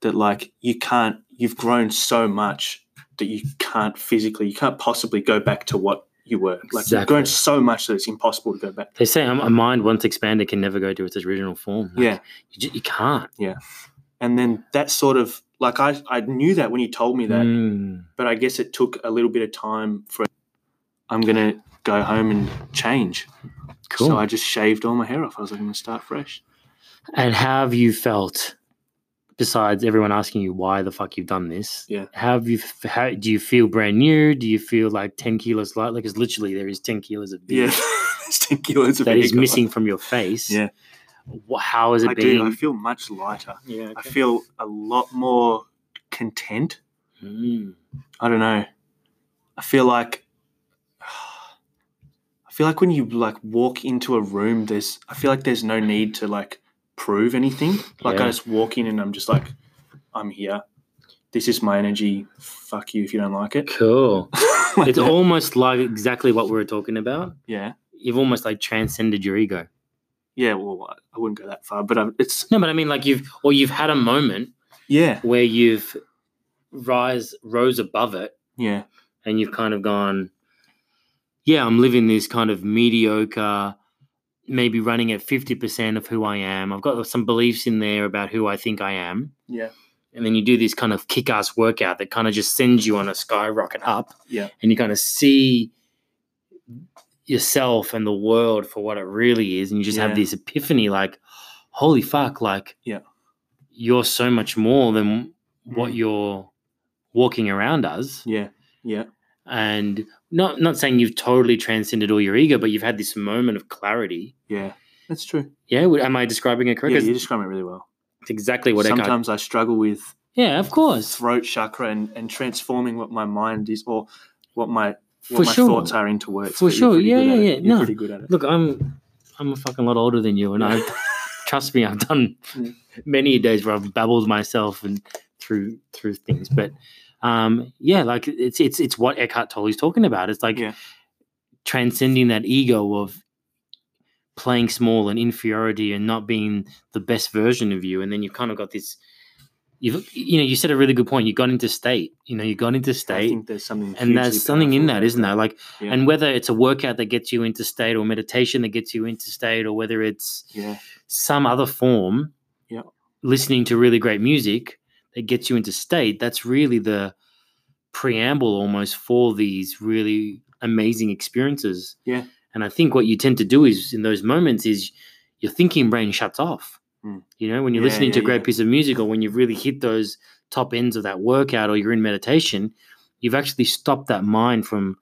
[SPEAKER 2] that like you can't, you've grown so much that you can't physically, you can't possibly go back to what you were. Like you've
[SPEAKER 1] Exactly.
[SPEAKER 2] grown so much that it's impossible to go back.
[SPEAKER 1] They say um, a mind once expanded can never go to its original form. Like,
[SPEAKER 2] Yeah.
[SPEAKER 1] You, ju- you can't.
[SPEAKER 2] And then that sort of like I, I knew that when you told me that.
[SPEAKER 1] Mm.
[SPEAKER 2] but I guess it took a little bit of time for. I'm gonna go home and change.
[SPEAKER 1] Cool.
[SPEAKER 2] So I just shaved all my hair off. I was like, I'm gonna start fresh.
[SPEAKER 1] And how have you felt? Besides everyone asking you why the fuck you've done this,
[SPEAKER 2] Yeah.
[SPEAKER 1] How have you? f- How do you feel? Brand new? Do you feel like ten kilos light? Like, because literally there is ten kilos of
[SPEAKER 2] Yeah,
[SPEAKER 1] beard
[SPEAKER 2] stinky loads of
[SPEAKER 1] that is
[SPEAKER 2] hair.
[SPEAKER 1] missing from your face.
[SPEAKER 2] Yeah.
[SPEAKER 1] Wha- How is it
[SPEAKER 2] I
[SPEAKER 1] being?
[SPEAKER 2] do. I feel much lighter.
[SPEAKER 1] yeah.
[SPEAKER 2] I feel a lot more content.
[SPEAKER 1] Mm.
[SPEAKER 2] I don't know. I feel like feel like when you like walk into a room, there's I feel like there's no need to like prove anything. Like
[SPEAKER 1] Yeah.
[SPEAKER 2] I just walk in and I'm just like, I'm here. This is my energy. Fuck you if you don't like it.
[SPEAKER 1] Cool.
[SPEAKER 2] Like
[SPEAKER 1] It's
[SPEAKER 2] that.
[SPEAKER 1] almost like exactly what we were talking about.
[SPEAKER 2] yeah,
[SPEAKER 1] You've almost like transcended your ego.
[SPEAKER 2] yeah. Well, I- I wouldn't go that far, but um, it's
[SPEAKER 1] No, but I mean, like you've or you've had a moment
[SPEAKER 2] yeah,
[SPEAKER 1] where you've rise rose above it,
[SPEAKER 2] yeah,
[SPEAKER 1] and you've kind of gone, yeah, I'm living this kind of mediocre, maybe running at fifty percent of who I am. I've got some beliefs in there about who I think I am,
[SPEAKER 2] yeah,
[SPEAKER 1] and then you do this kind of kick-ass workout that kind of just sends you on a skyrocket up.
[SPEAKER 2] yeah,
[SPEAKER 1] and you kind of see yourself and the world for what it really is and you just
[SPEAKER 2] Yeah.
[SPEAKER 1] have this epiphany like holy fuck like
[SPEAKER 2] Yeah.
[SPEAKER 1] you're so much more than what
[SPEAKER 2] Mm.
[SPEAKER 1] you're walking around as
[SPEAKER 2] yeah, yeah,
[SPEAKER 1] and not not saying you've totally transcended all your ego but you've had this moment of clarity
[SPEAKER 2] yeah. That's true.
[SPEAKER 1] yeah w- am i describing it
[SPEAKER 2] Yeah,
[SPEAKER 1] correctly
[SPEAKER 2] you describe it really well.
[SPEAKER 1] it's exactly what Eckhart-
[SPEAKER 2] Sometimes I struggle with
[SPEAKER 1] yeah of course
[SPEAKER 2] throat chakra and, and transforming what my mind is or what my what
[SPEAKER 1] For
[SPEAKER 2] my
[SPEAKER 1] sure.
[SPEAKER 2] thoughts are into words.
[SPEAKER 1] For
[SPEAKER 2] but you're
[SPEAKER 1] sure.
[SPEAKER 2] pretty
[SPEAKER 1] Yeah,
[SPEAKER 2] good at
[SPEAKER 1] yeah,
[SPEAKER 2] it.
[SPEAKER 1] yeah. No.
[SPEAKER 2] You're pretty good at it.
[SPEAKER 1] look i'm i'm a fucking lot older than you and i trust me, I've done
[SPEAKER 2] Yeah.
[SPEAKER 1] many days where I've babbled myself and through through things. But um, yeah, like it's it's it's what Eckhart Tolle's talking about. It's like
[SPEAKER 2] Yeah.
[SPEAKER 1] transcending that ego of playing small and inferiority and not being the best version of you, and then you've kind of got this. You've you know you said a really good point. You got into state. You know you got into
[SPEAKER 2] I
[SPEAKER 1] state.
[SPEAKER 2] think there's something
[SPEAKER 1] and
[SPEAKER 2] hugely
[SPEAKER 1] there's something in
[SPEAKER 2] powerful
[SPEAKER 1] that, isn't there? Like,
[SPEAKER 2] Yeah.
[SPEAKER 1] and whether it's a workout that gets you into state, or meditation that gets you into state, or whether it's
[SPEAKER 2] Yeah,
[SPEAKER 1] some other form,
[SPEAKER 2] Yeah.
[SPEAKER 1] listening to really great music that gets you into state, that's really the preamble almost for these really amazing experiences.
[SPEAKER 2] Yeah.
[SPEAKER 1] And I think what you tend to do is in those moments is your thinking brain shuts off.
[SPEAKER 2] Mm.
[SPEAKER 1] You know, when you're
[SPEAKER 2] Yeah,
[SPEAKER 1] listening to a
[SPEAKER 2] yeah,
[SPEAKER 1] great
[SPEAKER 2] yeah.
[SPEAKER 1] piece of music or when you've really hit those top ends of that workout or you're in meditation, you've actually stopped that mind from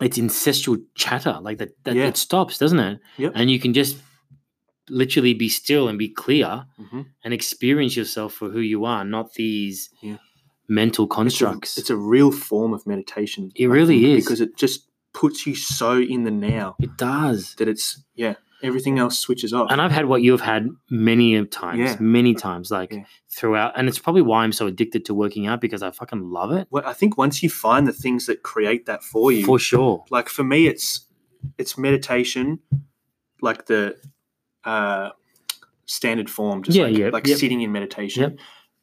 [SPEAKER 1] its ancestral chatter. Like that, that
[SPEAKER 2] Yeah.
[SPEAKER 1] it stops, doesn't it?
[SPEAKER 2] Yep.
[SPEAKER 1] And you can just literally be still and be clear
[SPEAKER 2] hmm
[SPEAKER 1] and experience yourself for who you are, not these
[SPEAKER 2] Yeah.
[SPEAKER 1] mental
[SPEAKER 2] It's, a,
[SPEAKER 1] constructs.
[SPEAKER 2] it's a real form of meditation.
[SPEAKER 1] It
[SPEAKER 2] I
[SPEAKER 1] really
[SPEAKER 2] think,
[SPEAKER 1] is.
[SPEAKER 2] because it just puts you so in the now
[SPEAKER 1] it does.
[SPEAKER 2] that it's yeah everything else switches off.
[SPEAKER 1] And I've had what you've had many of times,
[SPEAKER 2] Yeah.
[SPEAKER 1] many times, like
[SPEAKER 2] Yeah.
[SPEAKER 1] throughout. And it's probably why I'm so addicted to working out because I fucking love it.
[SPEAKER 2] Well, I think once you find the things that create that for you,
[SPEAKER 1] For sure.
[SPEAKER 2] like for me it's it's meditation like the uh standard form just
[SPEAKER 1] Yeah,
[SPEAKER 2] like,
[SPEAKER 1] yeah,
[SPEAKER 2] like
[SPEAKER 1] yep.
[SPEAKER 2] sitting in meditation
[SPEAKER 1] Yep.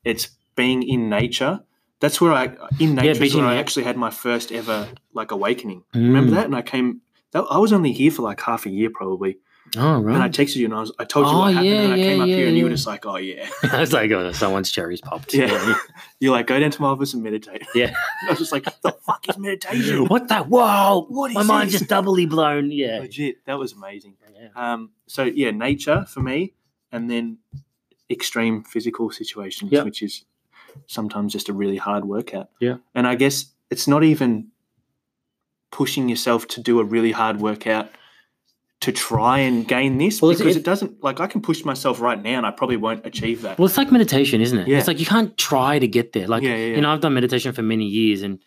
[SPEAKER 2] it's being in nature that's where i in nature is
[SPEAKER 1] being
[SPEAKER 2] where i
[SPEAKER 1] in-
[SPEAKER 2] actually had my first ever like awakening remember
[SPEAKER 1] Mm.
[SPEAKER 2] that and i came that, i was only here for like half a year probably
[SPEAKER 1] Oh, right.
[SPEAKER 2] and i texted you and i was i told you
[SPEAKER 1] Oh,
[SPEAKER 2] what happened
[SPEAKER 1] yeah,
[SPEAKER 2] and i
[SPEAKER 1] yeah,
[SPEAKER 2] came up
[SPEAKER 1] yeah,
[SPEAKER 2] here and you were
[SPEAKER 1] yeah.
[SPEAKER 2] just like oh yeah
[SPEAKER 1] I was like, oh, someone's cherry's popped.
[SPEAKER 2] yeah you're like go down to my office and meditate
[SPEAKER 1] Yeah.
[SPEAKER 2] i was just like the fuck is meditation
[SPEAKER 1] what the? Whoa.
[SPEAKER 2] What
[SPEAKER 1] My
[SPEAKER 2] is
[SPEAKER 1] mind's
[SPEAKER 2] this?
[SPEAKER 1] just doubly blown. Yeah.
[SPEAKER 2] legit that was amazing
[SPEAKER 1] yeah.
[SPEAKER 2] Um, so yeah, nature for me, and then extreme physical situations,
[SPEAKER 1] Yeah.
[SPEAKER 2] which is sometimes just a really hard workout.
[SPEAKER 1] Yeah.
[SPEAKER 2] and I guess it's not even pushing yourself to do a really hard workout to try and gain this
[SPEAKER 1] Well, it's-
[SPEAKER 2] because
[SPEAKER 1] it-
[SPEAKER 2] it, doesn't like I can push myself right now and I probably won't achieve that.
[SPEAKER 1] Well, it's like meditation, isn't it?
[SPEAKER 2] Yeah.
[SPEAKER 1] It's like you can't try to get there. Like,
[SPEAKER 2] Yeah, yeah, yeah.
[SPEAKER 1] you know, I've done meditation for many years, and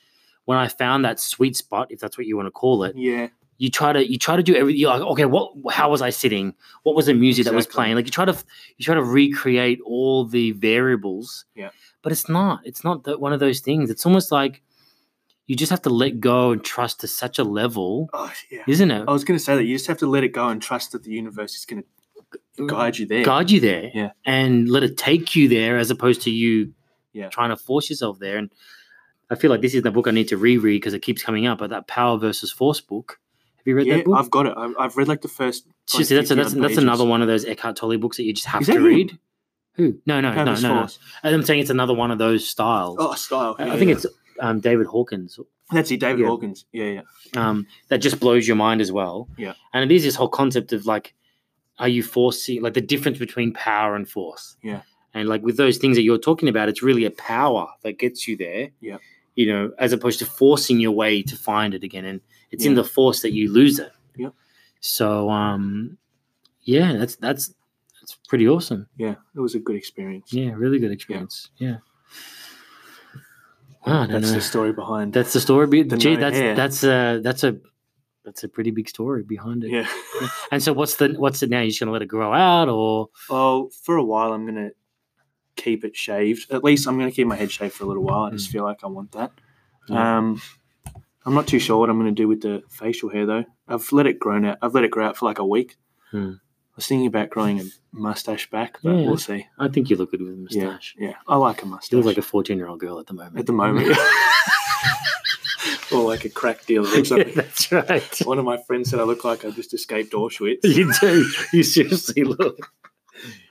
[SPEAKER 1] when I found that sweet spot, if that's what you want to call it,
[SPEAKER 2] yeah,
[SPEAKER 1] you try to you try to do everything. You're like, okay, what? How was I sitting? What was the music that was
[SPEAKER 2] Exactly.
[SPEAKER 1] playing? Like, you try to you try to recreate all the variables.
[SPEAKER 2] Yeah.
[SPEAKER 1] But it's not. It's not that one of those things. It's almost like you just have to let go and trust to such a level,
[SPEAKER 2] oh yeah.
[SPEAKER 1] isn't it?
[SPEAKER 2] I was going to say that you just have to let it go and trust that the universe is going to guide you there.
[SPEAKER 1] guide you there
[SPEAKER 2] Yeah.
[SPEAKER 1] and let it take you there as opposed to you
[SPEAKER 2] Yeah.
[SPEAKER 1] trying to force yourself there. And I feel like this is the book I need to reread because it keeps coming up. But that Power versus Force book. Have you read
[SPEAKER 2] Yeah,
[SPEAKER 1] that book?
[SPEAKER 2] I've got it. I've, I've read like the first.
[SPEAKER 1] See, so that's,
[SPEAKER 2] 50
[SPEAKER 1] that's,
[SPEAKER 2] odd
[SPEAKER 1] that's
[SPEAKER 2] pages.
[SPEAKER 1] another one of those Eckhart Tolle books that you just have
[SPEAKER 2] Is that
[SPEAKER 1] to
[SPEAKER 2] him?
[SPEAKER 1] read. Who? No, no,
[SPEAKER 2] Canvas
[SPEAKER 1] no, no, no.
[SPEAKER 2] Force.
[SPEAKER 1] I'm saying it's another one of those styles.
[SPEAKER 2] Oh, style.
[SPEAKER 1] I-
[SPEAKER 2] yeah,
[SPEAKER 1] I think
[SPEAKER 2] yeah.
[SPEAKER 1] it's um, David Hawkins
[SPEAKER 2] That's it, David
[SPEAKER 1] Yeah.
[SPEAKER 2] Hawkins. Yeah, yeah.
[SPEAKER 1] um, that just blows your mind as well.
[SPEAKER 2] Yeah.
[SPEAKER 1] And it is this whole concept of like, are you forcing, like the difference between power and force?
[SPEAKER 2] Yeah.
[SPEAKER 1] And like with those things that you're talking about, it's really a power that gets you there.
[SPEAKER 2] Yeah.
[SPEAKER 1] You know, as opposed to forcing your way to find it again. And it's in
[SPEAKER 2] Yeah.
[SPEAKER 1] the force that you lose it.
[SPEAKER 2] Yeah.
[SPEAKER 1] So, um, yeah, that's, that's, that's pretty awesome.
[SPEAKER 2] Yeah, it was a good experience.
[SPEAKER 1] Yeah. Really good experience. Yeah. Wow, I don't
[SPEAKER 2] That's
[SPEAKER 1] know.
[SPEAKER 2] the story behind
[SPEAKER 1] That's the story. be-
[SPEAKER 2] The
[SPEAKER 1] Gee,
[SPEAKER 2] no
[SPEAKER 1] that's
[SPEAKER 2] hair.
[SPEAKER 1] that's a that's a that's a pretty big story behind it.
[SPEAKER 2] Yeah.
[SPEAKER 1] And so what's the what's it now? You're just gonna let it grow out or
[SPEAKER 2] Oh, for a while, I'm gonna keep it shaved. At least I'm gonna keep my head shaved for a little while. I just feel like I want that.
[SPEAKER 1] Mm. Yeah.
[SPEAKER 2] Um, I'm not too sure what I'm gonna do with the facial hair though. I've let it grown out. I've let it grow out for like a week.
[SPEAKER 1] Hmm.
[SPEAKER 2] I was thinking about growing a mustache back, but
[SPEAKER 1] Yeah.
[SPEAKER 2] we'll see.
[SPEAKER 1] I think you look good with a mustache.
[SPEAKER 2] Yeah, I like a mustache.
[SPEAKER 1] You look like a fourteen year old girl at the moment.
[SPEAKER 2] at the moment. or like a crack dealer or
[SPEAKER 1] yeah,
[SPEAKER 2] something.
[SPEAKER 1] that's right.
[SPEAKER 2] One of my friends said I look like I just escaped Auschwitz.
[SPEAKER 1] You do. You seriously look.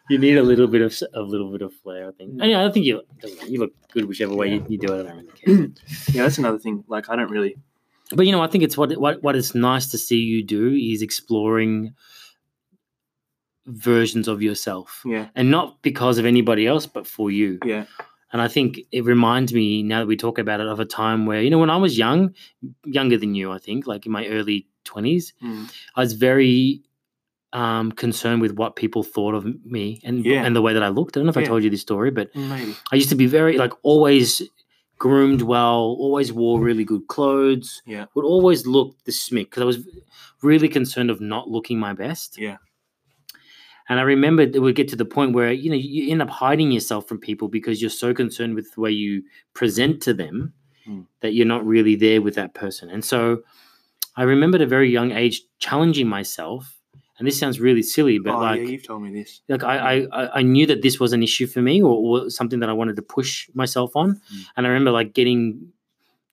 [SPEAKER 1] You need a little bit of s- a little bit of flair, I think.
[SPEAKER 2] Mm.
[SPEAKER 1] Anyway, I think you doesn't matter. you look good whichever way you, you do it. I don't really care.
[SPEAKER 2] Yeah, that's another thing. Like I don't really.
[SPEAKER 1] but you know, I think it's what what what it's nice to see you do is exploring versions of yourself,
[SPEAKER 2] Yeah,
[SPEAKER 1] and not because of anybody else, but for you.
[SPEAKER 2] yeah,
[SPEAKER 1] And I think it reminds me now that we talk about it of a time where, you know, when I was young, younger than you, I think, like in my early 20s,
[SPEAKER 2] Mm.
[SPEAKER 1] I was very um, concerned with what people thought of me and,
[SPEAKER 2] Yeah.
[SPEAKER 1] and the way that I looked. I don't know if I
[SPEAKER 2] Yeah.
[SPEAKER 1] told you this story, but
[SPEAKER 2] maybe.
[SPEAKER 1] I used to be very, like, always groomed well, always wore really good clothes,
[SPEAKER 2] Yeah.
[SPEAKER 1] would always look the smick because I was really concerned of not looking my best.
[SPEAKER 2] Yeah.
[SPEAKER 1] And I remember it would get to the point where you know you end up hiding yourself from people because you're so concerned with the way you present to them
[SPEAKER 2] Mm.
[SPEAKER 1] that you're not really there with that person. And so I remember at a very young age challenging myself. And this sounds really silly, but
[SPEAKER 2] oh
[SPEAKER 1] like
[SPEAKER 2] yeah, you've told me this.
[SPEAKER 1] like I, I- I I knew that this was an issue for me or, or something that I wanted to push myself on.
[SPEAKER 2] Mm.
[SPEAKER 1] And I remember like getting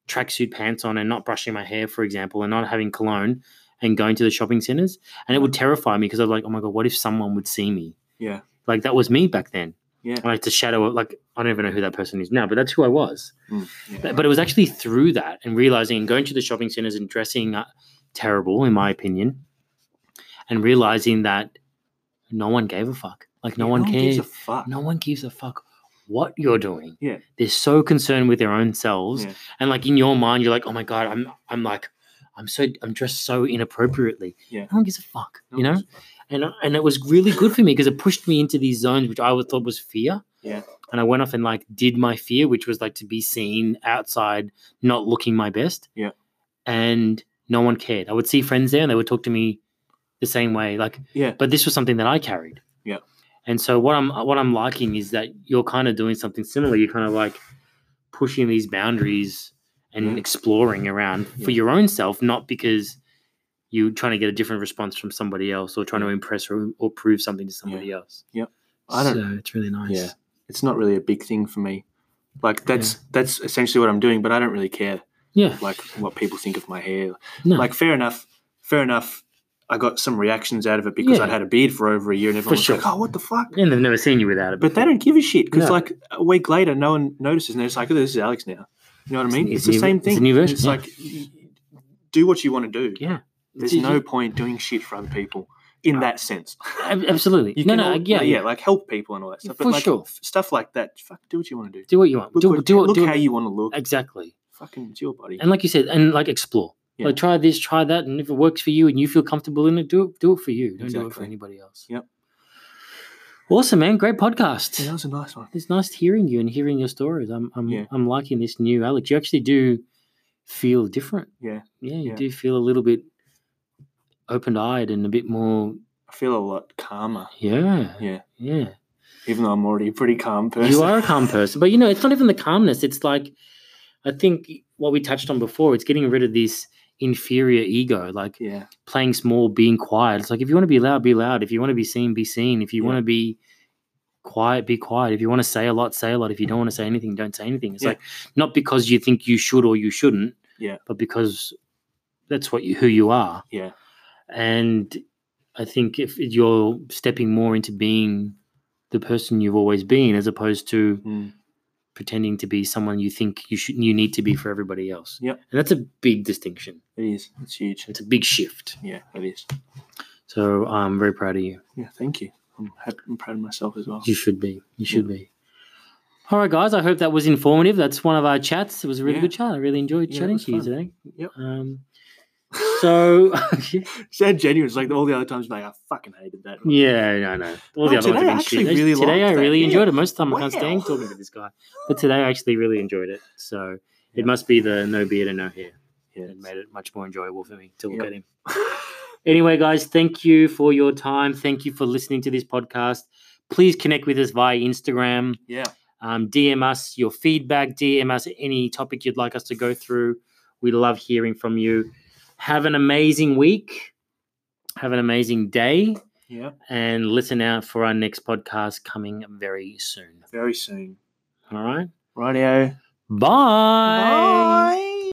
[SPEAKER 1] tracksuit pants on and not brushing my hair, for example, and not having cologne and going to the shopping centers. And it would terrify me because I was like, oh my God, what if someone would see me?
[SPEAKER 2] Mm. Yeah, Like,
[SPEAKER 1] Like that was me back then.
[SPEAKER 2] Yeah.
[SPEAKER 1] Like it's a shadow of like I don't even know who that person is now, but that's who I was.
[SPEAKER 2] Mm, yeah.
[SPEAKER 1] But- But it was actually through that and realizing and going to the shopping centers and dressing up terrible, in my opinion, and realizing that no one gave a fuck. Like no
[SPEAKER 2] Yeah,
[SPEAKER 1] one
[SPEAKER 2] gives
[SPEAKER 1] cares.
[SPEAKER 2] a fuck.
[SPEAKER 1] No one gives a fuck what you're doing.
[SPEAKER 2] Yeah.
[SPEAKER 1] They're so concerned with their own selves.
[SPEAKER 2] Yeah.
[SPEAKER 1] And like in your mind, you're like, oh my God, I'm I'm like, I'm so I'm dressed so inappropriately.
[SPEAKER 2] Yeah.
[SPEAKER 1] No one gives a fuck.
[SPEAKER 2] No
[SPEAKER 1] you
[SPEAKER 2] one
[SPEAKER 1] know?
[SPEAKER 2] gives a fuck.
[SPEAKER 1] and uh, and it was really good for me because it pushed me into these zones which I would- thought was fear.
[SPEAKER 2] Yeah.
[SPEAKER 1] And I went off and like did my fear, which was like to be seen outside, not looking my best.
[SPEAKER 2] Yeah.
[SPEAKER 1] And no one cared. I would see friends there and they would talk to me the same way. Like
[SPEAKER 2] Yeah.
[SPEAKER 1] but this was something that I carried.
[SPEAKER 2] Yeah.
[SPEAKER 1] And so what I'm what I'm liking is that you're kind of doing something similar. You're kind of like pushing these boundaries and
[SPEAKER 2] Yeah.
[SPEAKER 1] exploring around for
[SPEAKER 2] Yeah.
[SPEAKER 1] your own self, not because you're trying to get a different response from somebody else or trying to impress or, or prove something to somebody else.
[SPEAKER 2] I don't.
[SPEAKER 1] So it's really nice.
[SPEAKER 2] Yeah, it's not really a big thing for me. Like that's that's essentially what I'm doing, but I don't really care.
[SPEAKER 1] Yeah.
[SPEAKER 2] Like what people think of my hair.
[SPEAKER 1] No.
[SPEAKER 2] Like fair enough, fair enough. I got some reactions out of it because
[SPEAKER 1] Yeah.
[SPEAKER 2] I'd had a beard for over a year, and everyone was
[SPEAKER 1] sure.
[SPEAKER 2] like, "Oh, what the fuck."
[SPEAKER 1] and they've never seen you without it.
[SPEAKER 2] But they
[SPEAKER 1] before.
[SPEAKER 2] don't give a shit because,
[SPEAKER 1] No.
[SPEAKER 2] like, a week later, no one notices, and they're just like, "Oh, this is Alex now." You know what I mean?
[SPEAKER 1] It's
[SPEAKER 2] It's,
[SPEAKER 1] new-
[SPEAKER 2] the same
[SPEAKER 1] it's a
[SPEAKER 2] thing.
[SPEAKER 1] new version,
[SPEAKER 2] It's
[SPEAKER 1] yeah.
[SPEAKER 2] like, y- y- do what you want to do.
[SPEAKER 1] Yeah.
[SPEAKER 2] There's
[SPEAKER 1] You-
[SPEAKER 2] no point doing shit for other people in that sense.
[SPEAKER 1] ab- Absolutely.
[SPEAKER 2] You
[SPEAKER 1] no,
[SPEAKER 2] can
[SPEAKER 1] no,
[SPEAKER 2] all-
[SPEAKER 1] yeah,
[SPEAKER 2] yeah, like help people and all that stuff. But
[SPEAKER 1] For
[SPEAKER 2] like,
[SPEAKER 1] sure.
[SPEAKER 2] f- stuff like that, fuck, do what you want to do.
[SPEAKER 1] Do what you want.
[SPEAKER 2] Look,
[SPEAKER 1] do,
[SPEAKER 2] what,
[SPEAKER 1] do what,
[SPEAKER 2] look
[SPEAKER 1] do
[SPEAKER 2] how
[SPEAKER 1] what-
[SPEAKER 2] you want to look.
[SPEAKER 1] Exactly.
[SPEAKER 2] Fucking it's your body.
[SPEAKER 1] And like you said, and like explore.
[SPEAKER 2] Yeah.
[SPEAKER 1] Like try this, try that, and if it works for you and you feel comfortable in it, do it. Do it for you. Don't do it for
[SPEAKER 2] Exactly.
[SPEAKER 1] anybody else.
[SPEAKER 2] Yep.
[SPEAKER 1] Awesome, man. Great podcast.
[SPEAKER 2] Yeah, that was a nice one.
[SPEAKER 1] it's nice hearing you and hearing your stories. I'm I'm
[SPEAKER 2] Yeah.
[SPEAKER 1] I'm liking this new Alex. You actually do feel different.
[SPEAKER 2] Yeah.
[SPEAKER 1] Yeah, you
[SPEAKER 2] Yeah.
[SPEAKER 1] do feel a little bit open eyed and a bit more
[SPEAKER 2] I feel a lot calmer,
[SPEAKER 1] yeah.
[SPEAKER 2] Yeah.
[SPEAKER 1] Yeah.
[SPEAKER 2] even though I'm already a pretty calm person.
[SPEAKER 1] You are a calm person. But you know, it's not even the calmness. It's like I think what we touched on before, it's getting rid of this inferior ego, like
[SPEAKER 2] Yeah,
[SPEAKER 1] playing small, being quiet. It's like if you want to be loud, be loud. If you want to be seen, be seen. If you
[SPEAKER 2] Yeah.
[SPEAKER 1] want to be quiet, be quiet. If you want to say a lot, say a lot. If you don't want to say anything, don't say anything. It's
[SPEAKER 2] Yeah.
[SPEAKER 1] like not because you think you should or you shouldn't,
[SPEAKER 2] Yeah.
[SPEAKER 1] but because that's what you who you are.
[SPEAKER 2] yeah,
[SPEAKER 1] And I think if you're stepping more into being the person you've always been, as opposed to
[SPEAKER 2] Mm.
[SPEAKER 1] pretending to be someone you think you should you need to be for everybody else.
[SPEAKER 2] Yep.
[SPEAKER 1] And that's a big distinction.
[SPEAKER 2] it is. It's huge.
[SPEAKER 1] It's a big shift.
[SPEAKER 2] Yeah, it is.
[SPEAKER 1] So I'm very proud of you.
[SPEAKER 2] Yeah, thank you. I'm, happy, I'm proud of myself as well.
[SPEAKER 1] You should be. You should be. All right, guys. I hope that was informative. That's one of our chats. It was a really
[SPEAKER 2] Yeah.
[SPEAKER 1] good chat. I really enjoyed
[SPEAKER 2] Yeah, it
[SPEAKER 1] chatting
[SPEAKER 2] was
[SPEAKER 1] to you
[SPEAKER 2] fun.
[SPEAKER 1] today.
[SPEAKER 2] Yep.
[SPEAKER 1] Um, so
[SPEAKER 2] Said genuine. It's like all the other times, like I fucking hated that.
[SPEAKER 1] yeah, no, no. All the other
[SPEAKER 2] No,
[SPEAKER 1] ones
[SPEAKER 2] Oh, today I
[SPEAKER 1] have been
[SPEAKER 2] actually
[SPEAKER 1] shit. Those-
[SPEAKER 2] really
[SPEAKER 1] today I
[SPEAKER 2] liked that,
[SPEAKER 1] really
[SPEAKER 2] yeah.
[SPEAKER 1] enjoyed it. Most of the time I can't
[SPEAKER 2] Wow.
[SPEAKER 1] stand talking to this guy, but today I actually really enjoyed it. So it must be the no beard and no hair.
[SPEAKER 2] Yes.
[SPEAKER 1] It made it much more enjoyable for me to look
[SPEAKER 2] Yep.
[SPEAKER 1] at him. Anyway, guys, thank you for your time. Thank you for listening to this podcast. Please connect with us via Instagram.
[SPEAKER 2] yeah.
[SPEAKER 1] Um, DM us your feedback, DM us any topic you'd like us to go through. We love hearing from you. Have an amazing week. Have an amazing day.
[SPEAKER 2] Yeah.
[SPEAKER 1] And listen out for our next podcast coming very soon.
[SPEAKER 2] Very soon.
[SPEAKER 1] All right.
[SPEAKER 2] Rightio.
[SPEAKER 1] Bye.
[SPEAKER 2] Bye.